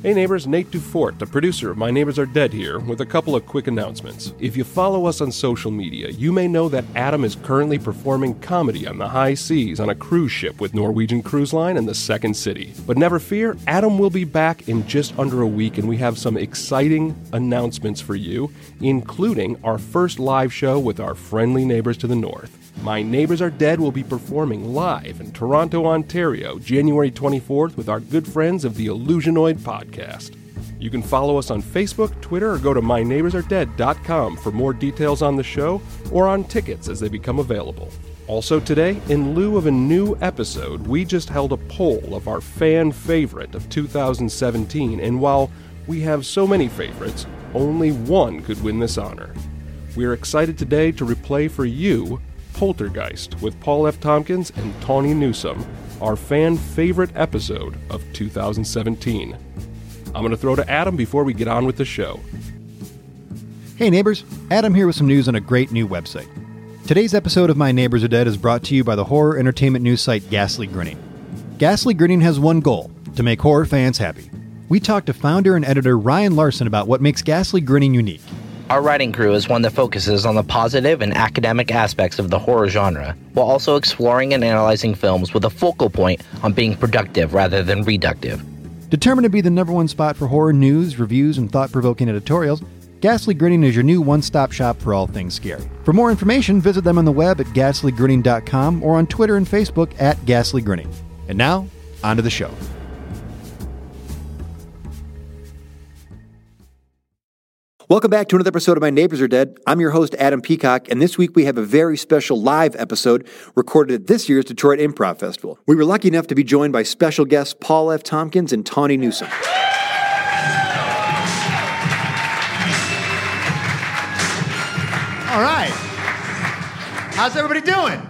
Hey neighbors, Nate Dufort, the producer of My Neighbors Are Dead here, with a couple of quick announcements. If you follow us on social media, you may know that Adam is currently performing comedy on the high seas on a cruise ship with Norwegian Cruise Line and the Second City. But never fear, Adam will be back in just under a week, and we have some exciting announcements for you, including our first live show with our friendly neighbors to the north. My Neighbors Are Dead will be performing live in Toronto, Ontario, January 24th with our good friends of the Illusionoid podcast. You can follow us on Facebook, Twitter, or go to myneighborsaredead.com for more details on the show or on tickets as they become available. Also, today, in lieu of a new episode, we just held a poll of our fan favorite of 2017, and while we have so many favorites, only one could win this honor. We're excited today to replay for you Poltergeist with Paul F. Tompkins and Tawny Newsom, our fan favorite episode of 2017. I'm going to throw to Adam before we get on with the show. Hey neighbors, Adam here with some news on a great new website. Today's episode of My Neighbors Are Dead is brought to you by the horror entertainment news site Ghastly Grinning. Ghastly Grinning has one goal to make horror fans happy. We talked to founder and editor Ryan Larson about what makes Ghastly Grinning unique. Our writing crew is one that focuses on the positive and academic aspects of the horror genre, while also exploring and analyzing films with a focal point on being productive rather than reductive. Determined to be the number one spot for horror news, reviews, and thought provoking editorials, Ghastly Grinning is your new one stop shop for all things scary. For more information, visit them on the web at ghastlygrinning.com or on Twitter and Facebook at Ghastly Grinning. And now, on to the show. Welcome back to another episode of My Neighbors Are Dead. I'm your host, Adam Peacock, and this week we have a very special live episode recorded at this year's Detroit Improv Festival. We were lucky enough to be joined by special guests Paul F. Tompkins and Tawny Newsom. All right. How's everybody doing?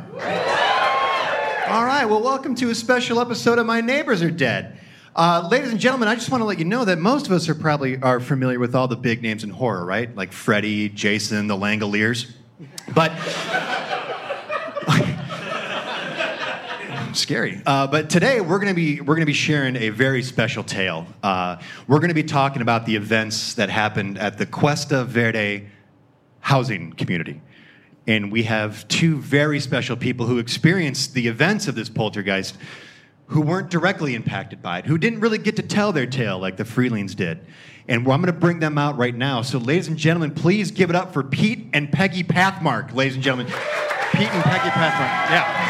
All right. Well, welcome to a special episode of My Neighbors Are Dead. Uh, ladies and gentlemen, I just want to let you know that most of us are probably are familiar with all the big names in horror, right? Like Freddy, Jason, the Langoliers. But scary. Uh, but today we're gonna be we're gonna be sharing a very special tale. Uh, we're gonna be talking about the events that happened at the Cuesta Verde housing community. And we have two very special people who experienced the events of this poltergeist who weren't directly impacted by it, who didn't really get to tell their tale like the Freelings did. And I'm going to bring them out right now. So, ladies and gentlemen, please give it up for Pete and Peggy Pathmark, ladies and gentlemen. Pete and Peggy Pathmark. Yeah.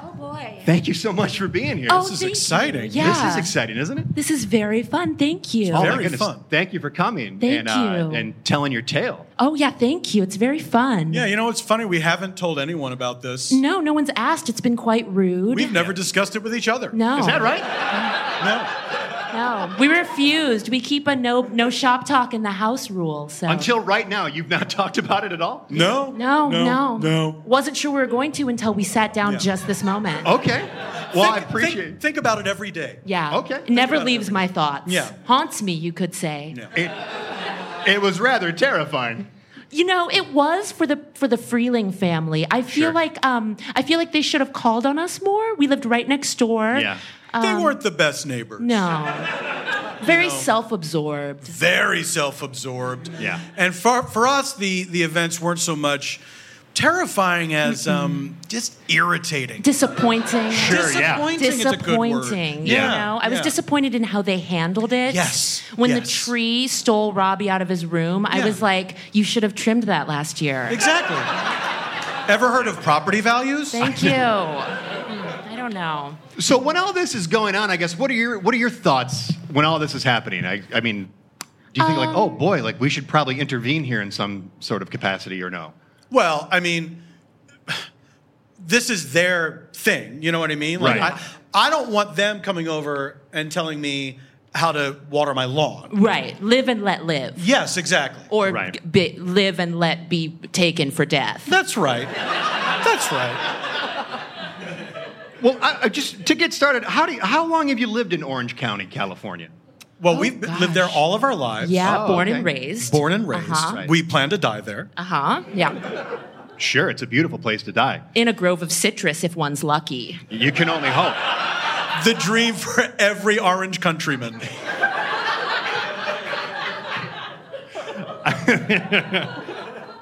Oh boy. Thank you so much for being here. Oh, this is thank you. exciting. This Yeah. is exciting, isn't it? This is very fun. Thank you. Oh, my Oh, Very goodness. fun. Thank you for coming Thank and, uh, you. and telling your tale. Oh, yeah, thank you. It's very fun. Yeah, you know it's funny. We haven't told anyone about this. No, no one's asked. It's been quite rude. We've never discussed it with each other. no. Is that right? No. No. We refused. We keep a no no shop talk in the house rule. So Until right now, you've not talked about it at all? No. no, no, No. no. Wasn't sure we were going to until we sat down Yeah. Oh, just this moment. Okay. Well, I Think- appreciate Think, think about it every day. Yeah. Okay. It never Think about leaves it. my thoughts. Yeah. Haunts me, you could say. Yeah. It, it was rather terrifying. You know, it was for the for the Freeling family. I feel Sure. like um I feel like they should have called on us more. We lived right next door. Yeah. They weren't the best neighbors. um, No. Very self absorbed. Very self-absorbed. Yeah. And for for us, the the events weren't so much terrifying as um, just irritating. Disappointing. Sure, yeah. disappointing. Is a good word. Disappointing. You Yeah. know, I was Yeah. disappointed in how they handled it. Yes, When the yes. tree stole Robbie out of his room, I Yeah. was like, you should have trimmed that last year. Exactly. Ever heard of property values? Thank you. Mm, Hmm, I don't know. So when all this is going on, I guess what are your what are your thoughts when all this is happening? I, I mean, do you think like, oh boy, like we should probably intervene here in some sort of capacity or no? Well, I mean, this is their thing. You know what I mean? Like, Right. I, I don't want them coming over and telling me how to water my lawn. Right. Live and let live. Yes, exactly. Or Right. g- be, live and let be taken for death. That's right. That's right. Well, I, I just to get started, how do you, how long have you lived in Orange County, California? Well, we've Oh, gosh. lived there all of our lives. Yeah, Uh-huh. Oh, born okay. and raised. Born and raised. Uh huh. Right. We plan to die there. Uh-huh. Yeah. Sure, it's a beautiful place to die. in a grove of citrus if one's lucky. You can only hope. Uh-huh. The dream for every orange countryman.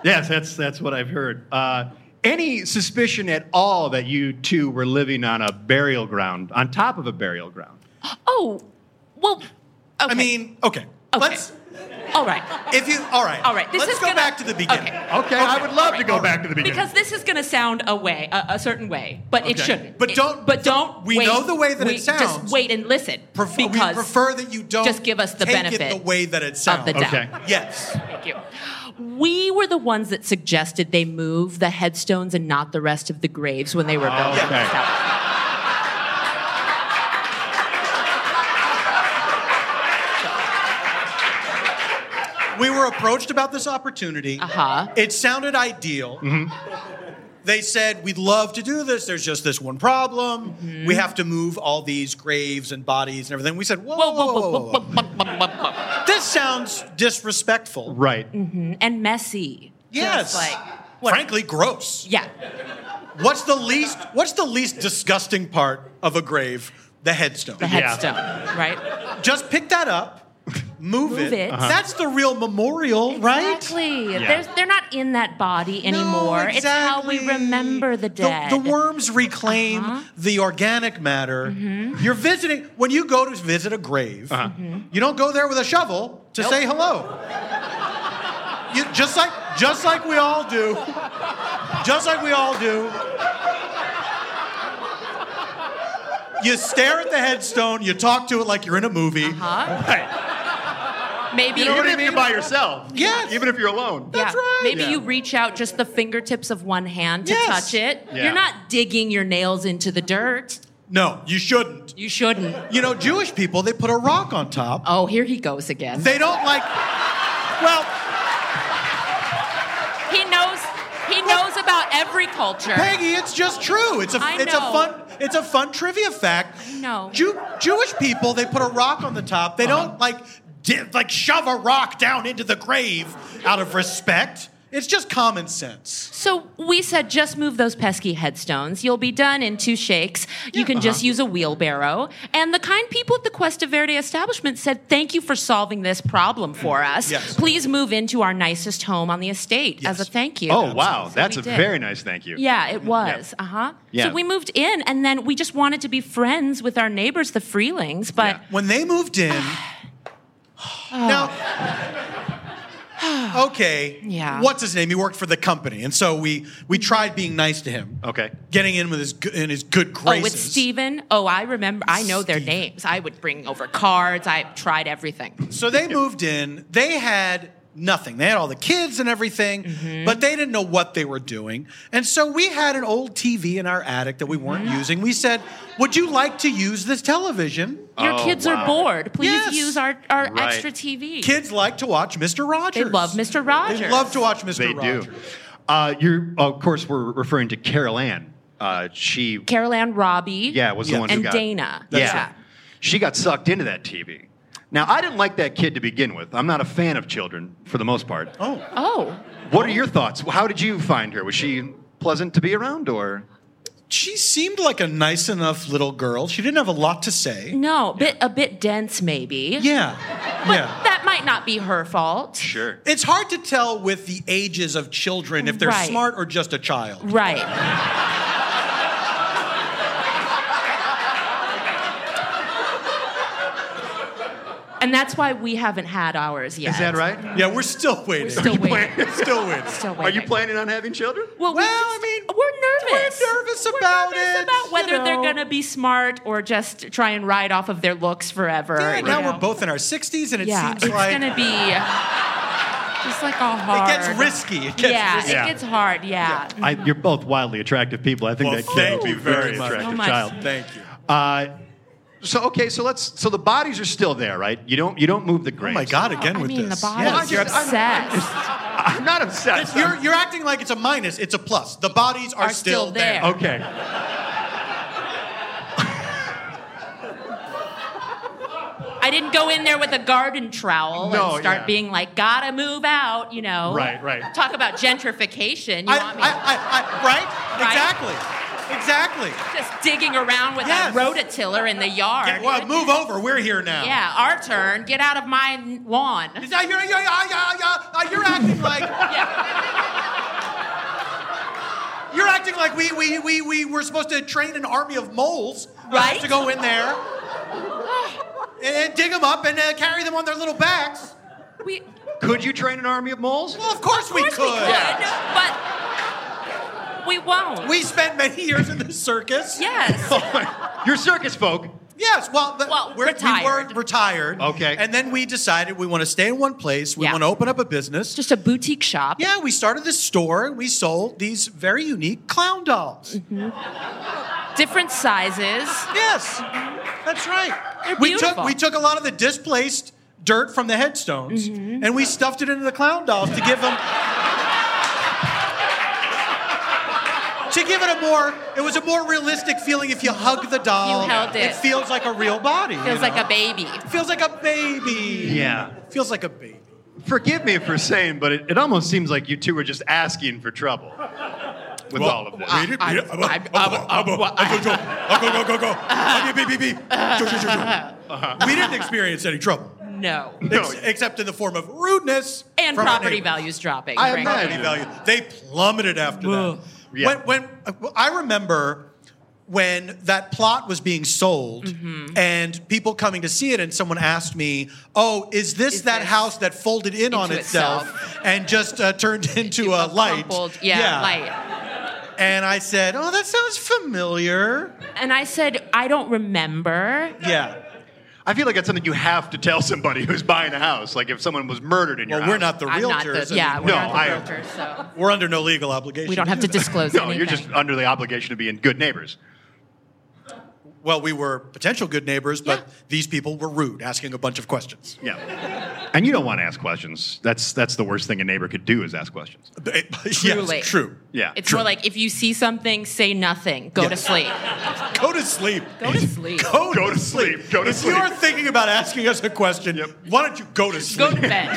Yes, that's that's what I've heard. Uh, any suspicion at all that you two were living on a burial ground, on top of a burial ground? Oh, well, okay. I mean, okay. Okay. Let's all right. if you all right. All right, this let's is go gonna- back to the beginning. okay. Okay, I would love to go back to the beginning. Because this is going to sound a way, a, a certain way, but it Okay. shouldn't. But It- don't- but don't. we wait. know the way that it We- sounds. Just wait and listen. Pref- because we prefer that you don't just give us the take benefit it the way that it of sounds. the doubt. Okay. Yes. Thank you. We were the ones that suggested they move the headstones and not the rest of the graves when they were building Ah, Okay. this house. We were approached about this opportunity. Uh-huh. It sounded ideal. They said, We'd love to do this. There's just this one problem. We have to move all these graves and bodies and everything. We said, Whoa, whoa, whoa, whoa, whoa, This sounds disrespectful. Right. And messy. Yes. Just like, Frankly, gross. yeah. What's the least what's the least disgusting part of a grave? The headstone. The headstone, right? Just pick that up, move, Move it. Uh-huh. That's the real memorial, right? Exactly. Yeah. There's, they're not in that body No, anymore. It's how we exactly. remember the dead. The, worms reclaim Uh-huh. Mm-hmm. the organic matter. You're visiting when you go to visit a grave. You don't go there with a shovel to say hello. You, just like just like we all do. Just like we all do. You stare at the headstone. You talk to it like you're in a movie. Huh? Right. Maybe You know what I mean by yourself. Yes. Even if you're alone. That's right. Maybe Yeah. you reach out just the fingertips of one hand to Yes. touch it. Yeah. You're not digging your nails into the dirt. No, you shouldn't. You shouldn't. You know, Jewish people they put a rock on top. Oh, here he goes again. They don't like. Well, he knows. He knows about every culture. Peggy, it's just true. It's a I it's a know. fun it's a fun trivia fact. know. Jew, Jewish people they put a rock on the top. They don't like di- like shove a rock down into the grave out of respect. It's just common sense. So we said, just move those pesky headstones. You'll be done in two shakes. you can just uh-huh. use a wheelbarrow. And the kind people at the Cuesta Verde establishment said, thank you for solving this problem Mm, for us. Yes. Please move into our nicest home on the estate as a Yes. thank you. Oh, wow. So That's we a did. very nice thank you. Yeah, it was. Uh huh. Yeah. So we moved in, and then we just wanted to be friends with our neighbors, the Freelings. But When they moved in, now. Okay. Yeah. What's his name? He worked for the company, and so we we tried being nice to him. Okay. Getting in with his good- in his good oh, graces. with Steven. Oh, I remember. I know their names. I would bring over cards. I tried everything. So they moved in. They had nothing. They had all the kids and everything, Mm-hmm. but they didn't know what they were doing. And so we had an old TV in our attic that we weren't Mm-hmm. using. We said, Would you like to use this television? Your Oh, kids wow. are bored. Please Yes. use our, our Right. extra TV. Kids like to watch Mr. Rogers. they love Mr. Rogers. They love to watch Mr. They Rogers. do. Uh, you're, of course, we're referring to Carol Ann. Uh, she, Carol Ann Robbie. yeah, was the Yes. one who and got. Dana. Yeah. yeah. She got sucked into that TV. Now, I didn't like that kid to begin with. I'm not a fan of children for the most part. Oh. Oh. What are your thoughts? How did you find her? Was she pleasant to be around or? She seemed like a nice enough little girl. She didn't have a lot to say. No, bit a bit dense maybe. Yeah. But yeah. that might not be her fault. Sure. It's hard to tell with the ages of children if they're Right. smart or just a child. Right. And that's why we haven't had ours yet. Is that right? Yeah, we're still waiting. still Are you waiting. playing- still waiting. Still Are you waiting. planning on having children? Well, we Well, just- I mean, we're nervous. we're nervous We're about nervous it, about you whether know. they're gonna be smart or just try and ride off of their looks forever. Yeah, you now know? we're both in our 60s, and it Yeah, seems it's like gonna be just like a it hard. gets risky. It gets yeah, risky. it Yeah. gets hard. Yeah. I, you're both wildly attractive people. I think Well, that kid thank would be you a very very much. attractive So much. child. Thank you. Uh, so okay, so let's. So the bodies are still there, right? You don't. You don't move the Oh graves. my God, again I with mean, this. the bodies. Yeah. You're obsessed. I'm not obsessed. You're, you're acting like it's a minus. It's a plus. The bodies are, Oh, Are still there. okay. I didn't go in there with a garden trowel No, and start yeah. being like, gotta move out, you know. Right, right. Talk about gentrification. You I, I, want me I, I, right? Right? Exactly. Exactly. just digging around with Yes. a rototiller in the yard? Get- well, move over. We're here now. Yeah, our turn. Get out of my lawn. He's like, "Yeah, yeah, yeah, yeah, yeah, uh, You're acting like Yeah. you're acting like we we we we were supposed to train an army of moles Right? to go in there and, and dig them up and uh, carry them on their little backs. We, Could you train an army of moles? Well, of course, we, of course could. we could, but we won't. We spent many years in the circus. yes. You're circus folk. Yes, well, the, Well, we're, retired. we were retired. Okay. And then we decided we want to stay in one place. We Yeah. want to open up a business. Just a boutique shop. yeah, we started this store and we sold these very unique clown dolls. Different sizes. Yes, that's right. They're We took beautiful. we took a lot of the displaced dirt from the headstones and we stuffed it into the clown dolls to give them to give it a more it was a more realistic feeling if you hug the doll. You held it. feels like a real body. you Feels know? like a baby. feels like a baby. Yeah. Feels like a baby. Forgive me for saying, but it, it almost seems like you two were just asking for trouble with all of this. We didn't experience any trouble. No. No. Ex- except in the form of rudeness And from our property neighbors. values dropping. I frankly. imagine. property value. They plummeted after that. Yeah. When, when uh, I remember when that plot was being sold Mm-hmm. and people coming to see it and someone asked me oh is this Is that this- house that folded in on Into itself, and just uh, turned into a, light crumpled- Yeah, light. and i said oh that sounds familiar And I said, I don't remember. yeah I feel like that's something you have to tell somebody who's buying a house. Like if someone was murdered in your well we're house. not the I'm realtors not the, I yeah, mean, we're No, not the I- realtors, so we're under no legal obligation we don't have to do that. disclose No, anything. you're just under the obligation to be in good neighbors. well we were potential good neighbors but Yeah. these people were rude asking a bunch of questions Yeah. And you don't want to ask questions. That's that's the worst thing a neighbor could do is ask questions. It- Truly. Yes, true. Yeah. It's more like if you see something, say nothing. Go to Yes. sleep. Go to sleep. Go to sleep. Go, Go to sleep. Go to if sleep. you're thinking about asking us a question, Yep. why don't you go to Go sleep? to bed.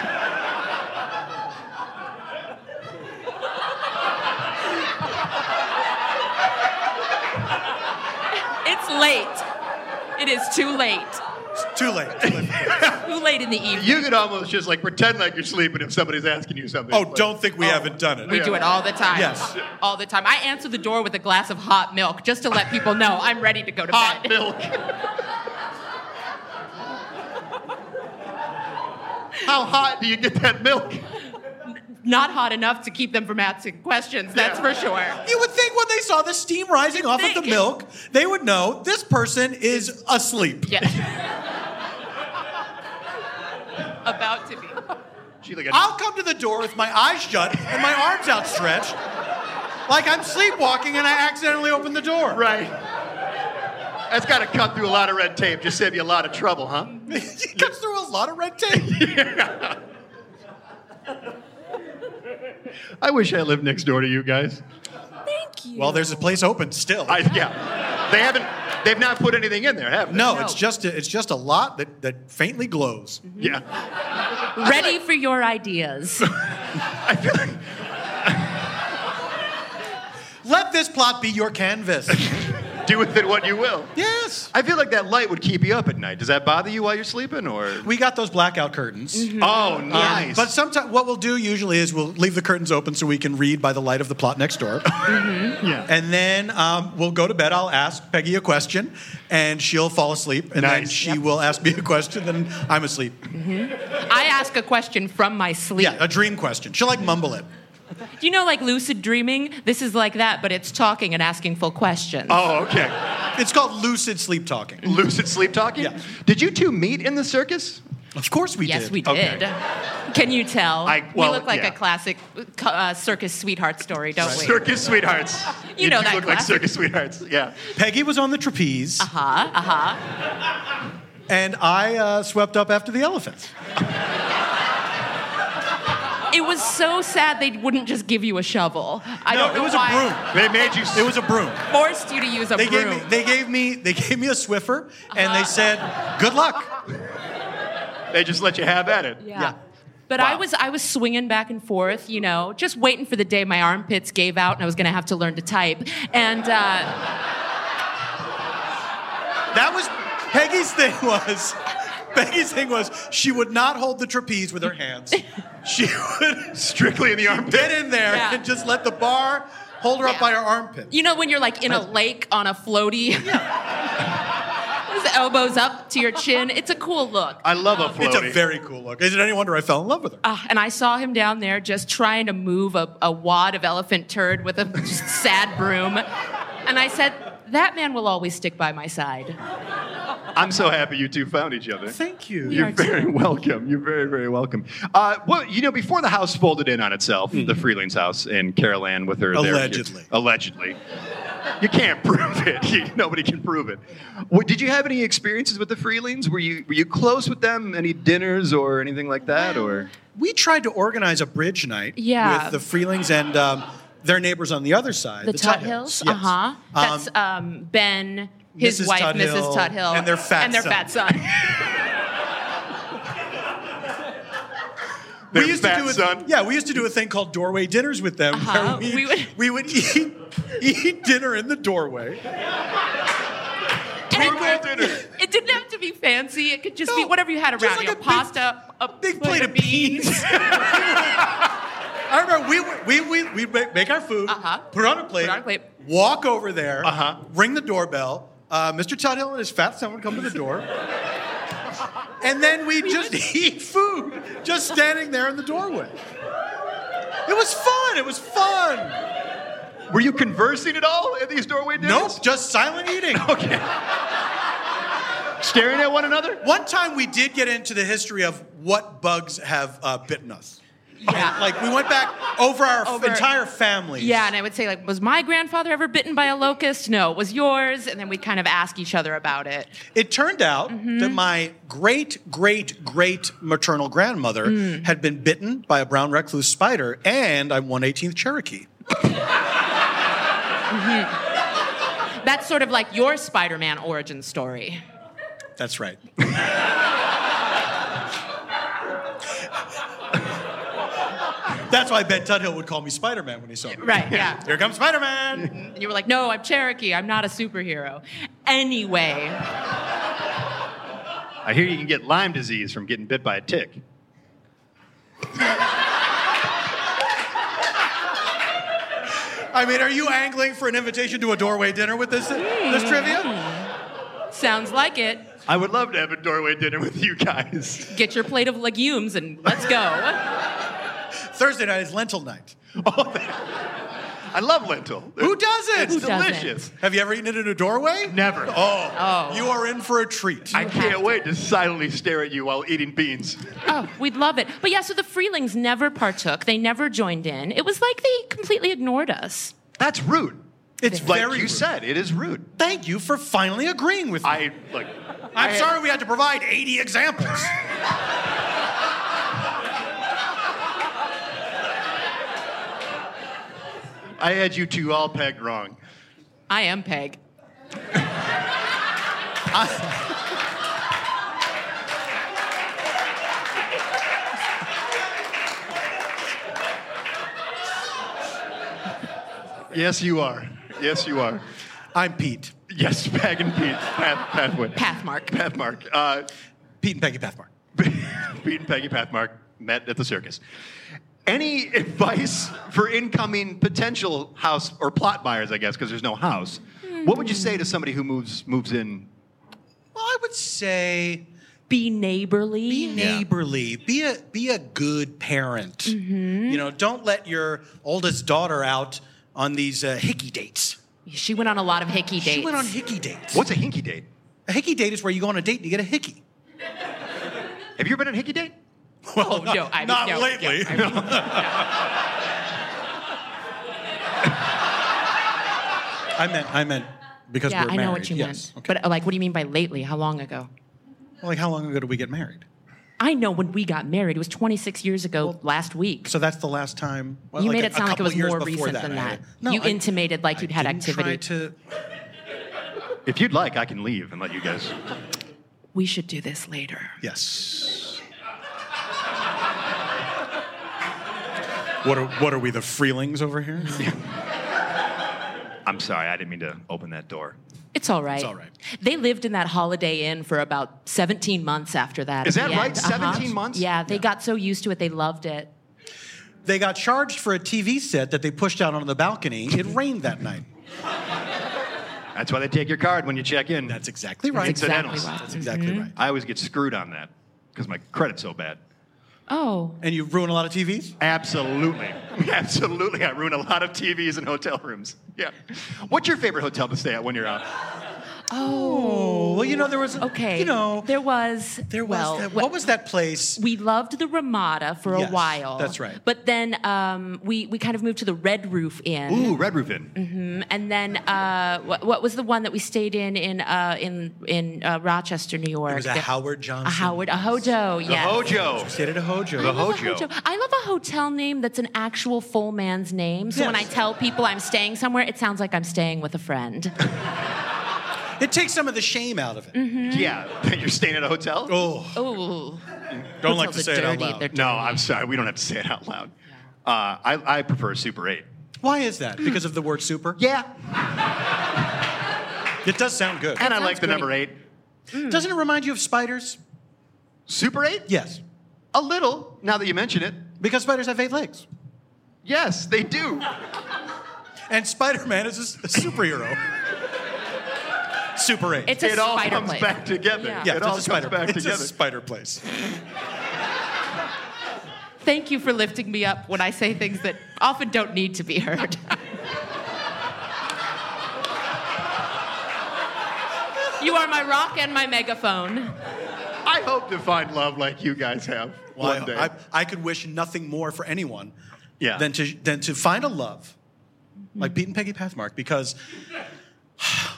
it's late. It is too late. It's too late. Too late. Too late in the evening. You could almost just like pretend like you're sleeping if somebody's asking you something. Oh, Like, don't think we haven't done it. We do it all the time. Yes. All the time. I answer the door with a glass of hot milk just to let people know I'm ready to go to hot bed. milk. How hot do you get that milk? Not hot enough to keep them from asking questions, that's Yeah. for sure. You would think when they saw the steam rising off of think- the milk, they would know this person is asleep. Yeah. About to be. She like a, I'll come to the door with my eyes shut and my arms outstretched, like I'm sleepwalking and I accidentally open the door. right. That's got to cut through a lot of red tape. Just save you a lot of trouble, huh? he cuts through a lot of red tape. I wish I lived next door to you guys. Thank you. Well, there's a place open still. I yeah. They haven't. They've not put anything in there, have they? No, No. it's just a, it's just a lot that, that faintly glows. Yeah. ready for your ideas. I feel like Mm-hmm. Let this plot be your canvas. do with it what you will. yes. I feel like that light would keep you up at night. Does that bother you while you're sleeping, or? We got those blackout curtains. Oh, Um, nice. But sometimes what we'll do usually is we'll leave the curtains open so we can read by the light of the plot next door. Mm-hmm. yeah. and then um, we'll go to bed. I'll ask Peggy a question and she'll fall asleep. And then Nice. she will ask me a question and I'm asleep. I ask a question from my sleep. Yeah, a dream question. She'll like mumble it. Do you know, like lucid dreaming? This is like that, but it's talking and asking full questions. oh, okay. It's called lucid sleep talking. Lucid sleep talking. Yeah. Did you two meet in the circus? Of course we yes, did. we did. Okay. Can you tell? I- well, we look like yeah. a classic uh, circus sweetheart story, don't we? Circus sweethearts. You know two that look like classic. circus sweethearts. Yeah. Peggy was on the trapeze Uh-huh, uh-huh. and I uh, swept up after the elephants. It was so sad they wouldn't just give you a shovel. I no, don't know it was why. a broom. They made you. It was a broom. Forced you to use a They broom. Uh-huh. gave me they gave me they gave me a Swiffer and they said, "Good luck." They just let you have at it. Yeah. But I Wow. was I was swinging back and forth, you know, just waiting for the day my armpits gave out and I was going to have to learn to type. And uh, That was Peggy's thing was Peggy's thing was she would not hold the trapeze with her hands. She would Strictly in the armpit. get in there Yeah. and just let the bar hold her up Yeah. by her armpit. you know when you're like in a lake on a floaty, his elbows up to your chin, it's a cool look. I love a floaty. it's a very cool look. Is it any wonder I fell in love with her? Ah, and I saw him down there just trying to move a, a wad of elephant turd with a just sad broom, and I said, "That man will always stick by my side." I'm so happy you two found each other. Thank you. You're very welcome. You're very, very welcome. Uh, well, you know, before the house folded in on itself, the Freelings house and Carol Ann with her there- Allegedly. allegedly. You can't prove it. You- nobody can prove it. What, did you have any experiences with the Freelings? Were you were you close with them? Any dinners or anything like that? Or We tried to organize a bridge night Yeah. with the Freelings and um, their neighbors on the other side. the, Tut Hills. yes. Uh huh. That's Um, um, Ben, his Mrs. wife, Tutt Hill, Mrs. Tut Hill, and their fat and their son. fat son. Their we used fat to do a, son? Yeah, we used to do a thing called doorway dinners with them. Uh-huh. where We would- we would eat, eat dinner in the doorway. And Gourmet dinner. It didn't have to be fancy. It could just be No, whatever you had around. just like you know, a big- pasta, a Big foot plate of beans. I remember we would- we we we would make our food, Uh-huh. put it on a plate, Put it on a plate. walk over there, Uh-huh. ring the doorbell. Uh, Mr. Tuthill and his fat son would come to the door, and then we just eat food, just standing there in the doorway. It was fun. It was fun. were you conversing at all at these doorway dinners? Nope, just silent eating. Okay. Staring at one another. One time we did get into the history of what bugs have uh, bitten us. Yeah. And, like we went back over our f- Over- entire families. Yeah, and I would say like, was my grandfather ever bitten by a locust? No. Was yours? And then we'd kind of ask each other about it. It turned out Mm-hmm. that my great, great, great maternal grandmother Mm. had been bitten by a brown recluse spider and I'm 118th Cherokee. That's sort of like your Spider-Man origin story. That's right. That's why Ben Tudhill would call me Spider Man when he saw me. Right. Yeah. Here comes Spider Man. And you were like, no, I'm Cherokee. I'm not a superhero. Anyway. I hear you can get Lyme disease from getting bit by a tick. I mean, are you angling for an invitation to a doorway dinner with this, this Hmm. trivia? Sounds like it. I would love to have a doorway dinner with you guys. Get your plate of legumes and let's go. Thursday night is lentil night. I love lentil. Who doesn't? It's Who doesn't? delicious. Have you ever eaten it in a doorway? Never. Oh, Oh. you are in for a treat. I can't wait to silently stare at you while eating beans. oh, we'd love it. But yeah, so the Freelings never partook. They never joined in. It was like they completely ignored us. That's rude. It's like very you rude. said, it is rude. Thank you for finally agreeing with me. I like. I'm sorry we had to provide 80 examples. I had you two all pegged wrong. I am Peg. Yes, you are. Yes, you are. I'm Pete. Yes, Peg and Pete. Path, pathway. Pathmark. Pathmark. Uh, Pete and Peggy Pathmark. Pete and Peggy Pathmark met at the circus. Any advice for incoming potential house or plot buyers? I guess because there's no house. What would you say to somebody who moves moves in? Well, I would say Be neighborly. be neighborly. Be a be a good parent. Mm-hmm. You know, don't let your oldest daughter out on these uh, hickey dates. she went on a lot of hickey dates. She went on hickey dates. What's a hinky date? A hickey date is where you go on a date and you get a hickey. Have you ever been on a hinky date? Oh, no, I not no, lately. no, I mean, I meant I meant because yeah, we're I married. know what you yes. meant. Okay. But uh, like, what do you mean by lately? How long ago? Well, like how long ago did we get married? I know when we got married. It was 26 years ago last week. So that's the last time. well, you like made a- it sound a like it couple was years more before recent than I that. had- No, you I- intimated like you'd had didn't activity. Try to, If you'd like, I can leave and let you guys. We should do this later. yes. What are, what are we, the Freelings over here? I'm sorry, I didn't mean to open that door. It's all right. It's all right. They lived in that Holiday Inn for about 17 months after that. Is that at the right? end. Uh-huh. 17 months? Yeah, they got so used to it, they loved it. They got charged for a TV set that they pushed out onto the balcony. It rained that night. That's why they take your card when you check in. That's exactly right. Mm-hmm. That's exactly Incidentals. right. Mm-hmm. That's exactly right. I always get screwed on that because my credit's so bad. Oh. And you ruin a lot of TVs? Absolutely. Absolutely. I ruin a lot of TVs and hotel rooms. Yeah. What's your favorite hotel to stay at when you're out? Oh, well, you know, there was, Okay. you know, there was. there was, well, that, wh- what was that place? We loved the Ramada for Yes, a while. that's right. But then um, we we kind of moved to the Red Roof Inn. Ooh, Red Roof Inn. Mm-hmm. and then uh, what, what was the one that we stayed in in uh, in in uh, Rochester, New York? was a The- Howard Johnson. A Howard, a Hojo, The yes. Hojo. Stayed at a Hojo. The I love a Hojo. I love a hotel name that's an actual full man's name. So when I Yes. tell people I'm staying somewhere, it sounds like I'm staying with a friend. It takes some of the shame out of it. Mm-hmm. Yeah. You're staying at a hotel? Oh, Ooh, don't like hotels to are say it out dirty. loud. They're No, I'm sorry. We don't have to say it out loud. Uh, I, I prefer Super 8. Why is Mm. that? Because of the word super? Yeah. It does sound good. And I sounds like the great. number 8. Mm. Doesn't it remind you of spiders? Super 8? Yes. A little, now that you mention it. Because spiders have eight legs. Yes, they do. And Spider Man is a s- a superhero. Super 8. It's a it all spider comes place. back together. Yeah. yeah, it it's all a comes spider, back it's together. a spider place. Thank you for lifting me up when I say things that often don't need to be heard. you are my rock and my megaphone. I hope to find love like you guys have Well, one day. I, I, I could wish nothing more for anyone Yeah. than, to, than to find a love like Pete and Peggy Pathmark because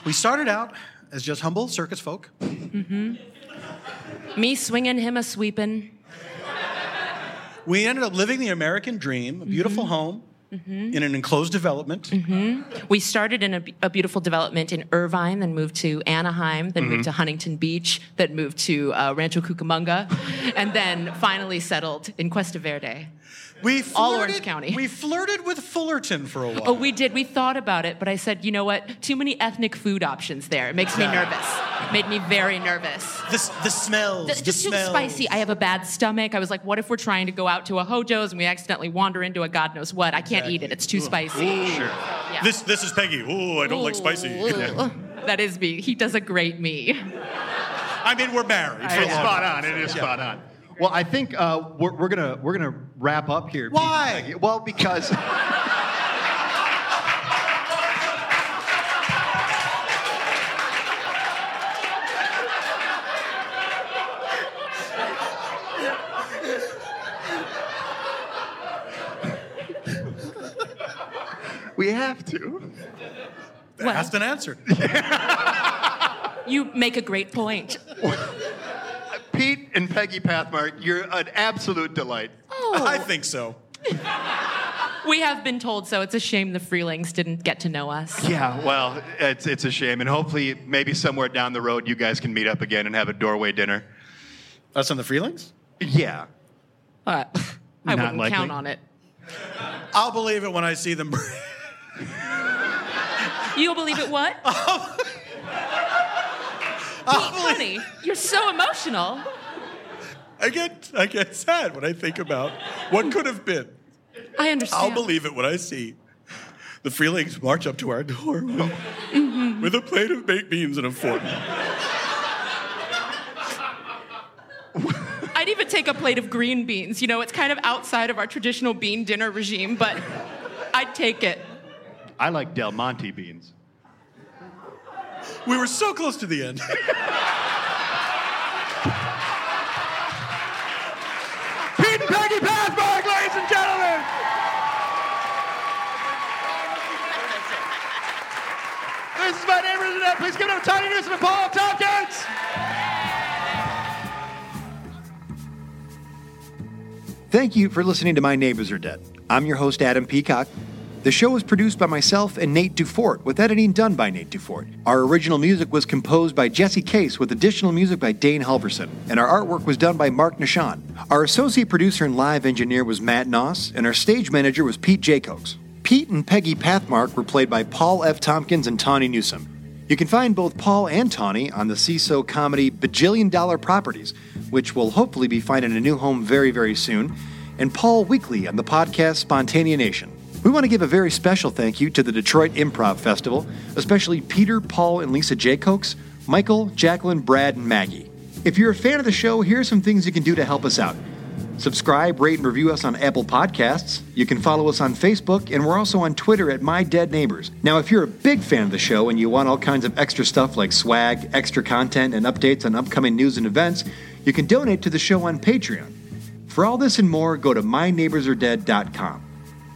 we started out as just humble circus folk. Me swinging, him a sweeping. We ended up living the American dream, a beautiful home in an enclosed development. We started in a, a beautiful development in Irvine, then moved to Anaheim, then Mm-hmm. moved to Huntington Beach, then moved to uh, Rancho Cucamonga, and then finally settled in Cuesta Verde. We All flirted- Orange County. We flirted with Fullerton for a while. Oh, we did. We thought about it, but I said, you know what? Too many ethnic food options there. It makes me Yeah. nervous. Made me very nervous. the, s- the smells. Th- the just too smells. spicy. I have a bad stomach. I was like, what if we're trying to go out to a Hojo's and we accidentally wander into a God knows what? I can't eat it. It's too spicy. Sure. Yeah. This this is Peggy. Ooh, I don't like spicy. Ooh. That is me. He does a great me. I mean, we're married. for It's long. spot on. It is spot on. Well, I think uh, we're, we're gonna we're gonna wrap up here. Pete Why? and Peggy. Well, because we have to. Asked and answered. You make a great point. Pete and Peggy Pathmark, you're an absolute delight. I think so. We have been told so. It's a shame the Freelings didn't get to know us. Yeah, well, it's it's a shame, and hopefully, maybe somewhere down the road, you guys can meet up again and have a doorway dinner. Us on the Freelings? Yeah, Uh, I Not wouldn't likely. count on it. I'll believe it when I see them. You'll believe it what? Oh. I'll believe- Honey, you're so emotional. I get I get sad when I think about what could have been. I understand. I'll believe it when I see the Freelings march up to our door with, with a plate of baked beans and a fork. I'd even take a plate of green beans. You know, it's kind of outside of our traditional bean dinner regime, but I'd take it. I like Del Monte beans. We were so close to the end. Pete and Peggy Pathmark, ladies and gentlemen. This is my neighbor Jeanette. Please give it up, Tiny Newsom and Paul Tompkins. Thank you for listening to My Neighbors Are Dead. I'm your host, Adam Peacock. The show was produced by myself and Nate Dufort, with editing done by Nate Dufort. Our original music was composed by Jesse Case, with additional music by Dane Halverson, and our artwork was done by Mark Nishan. Our associate producer and live engineer was Matt Noss, and our stage manager was Pete Jacobs. Pete and Peggy Pathmark were played by Paul F. Tompkins and Tawny Newsom. You can find both Paul and Tawny on the CISO comedy Bajillion Dollar Properties, which will hopefully be finding a new home very, very soon, and Paul weekly on the podcast Spontanea Nation. We want to give a very special thank you to the Detroit Improv Festival, especially Peter, Paul, and Lisa Jacokes, Michael, Jacqueline, Brad, and Maggie. If you're a fan of the show, here are some things you can do to help us out. Subscribe, rate, and review us on Apple Podcasts. You can follow us on Facebook, and we're also on Twitter at My Dead Neighbors. Now, if you're a big fan of the show and you want all kinds of extra stuff like swag, extra content, and updates on upcoming news and events, you can donate to the show on Patreon. For all this and more, go to myneighborsaredead.com.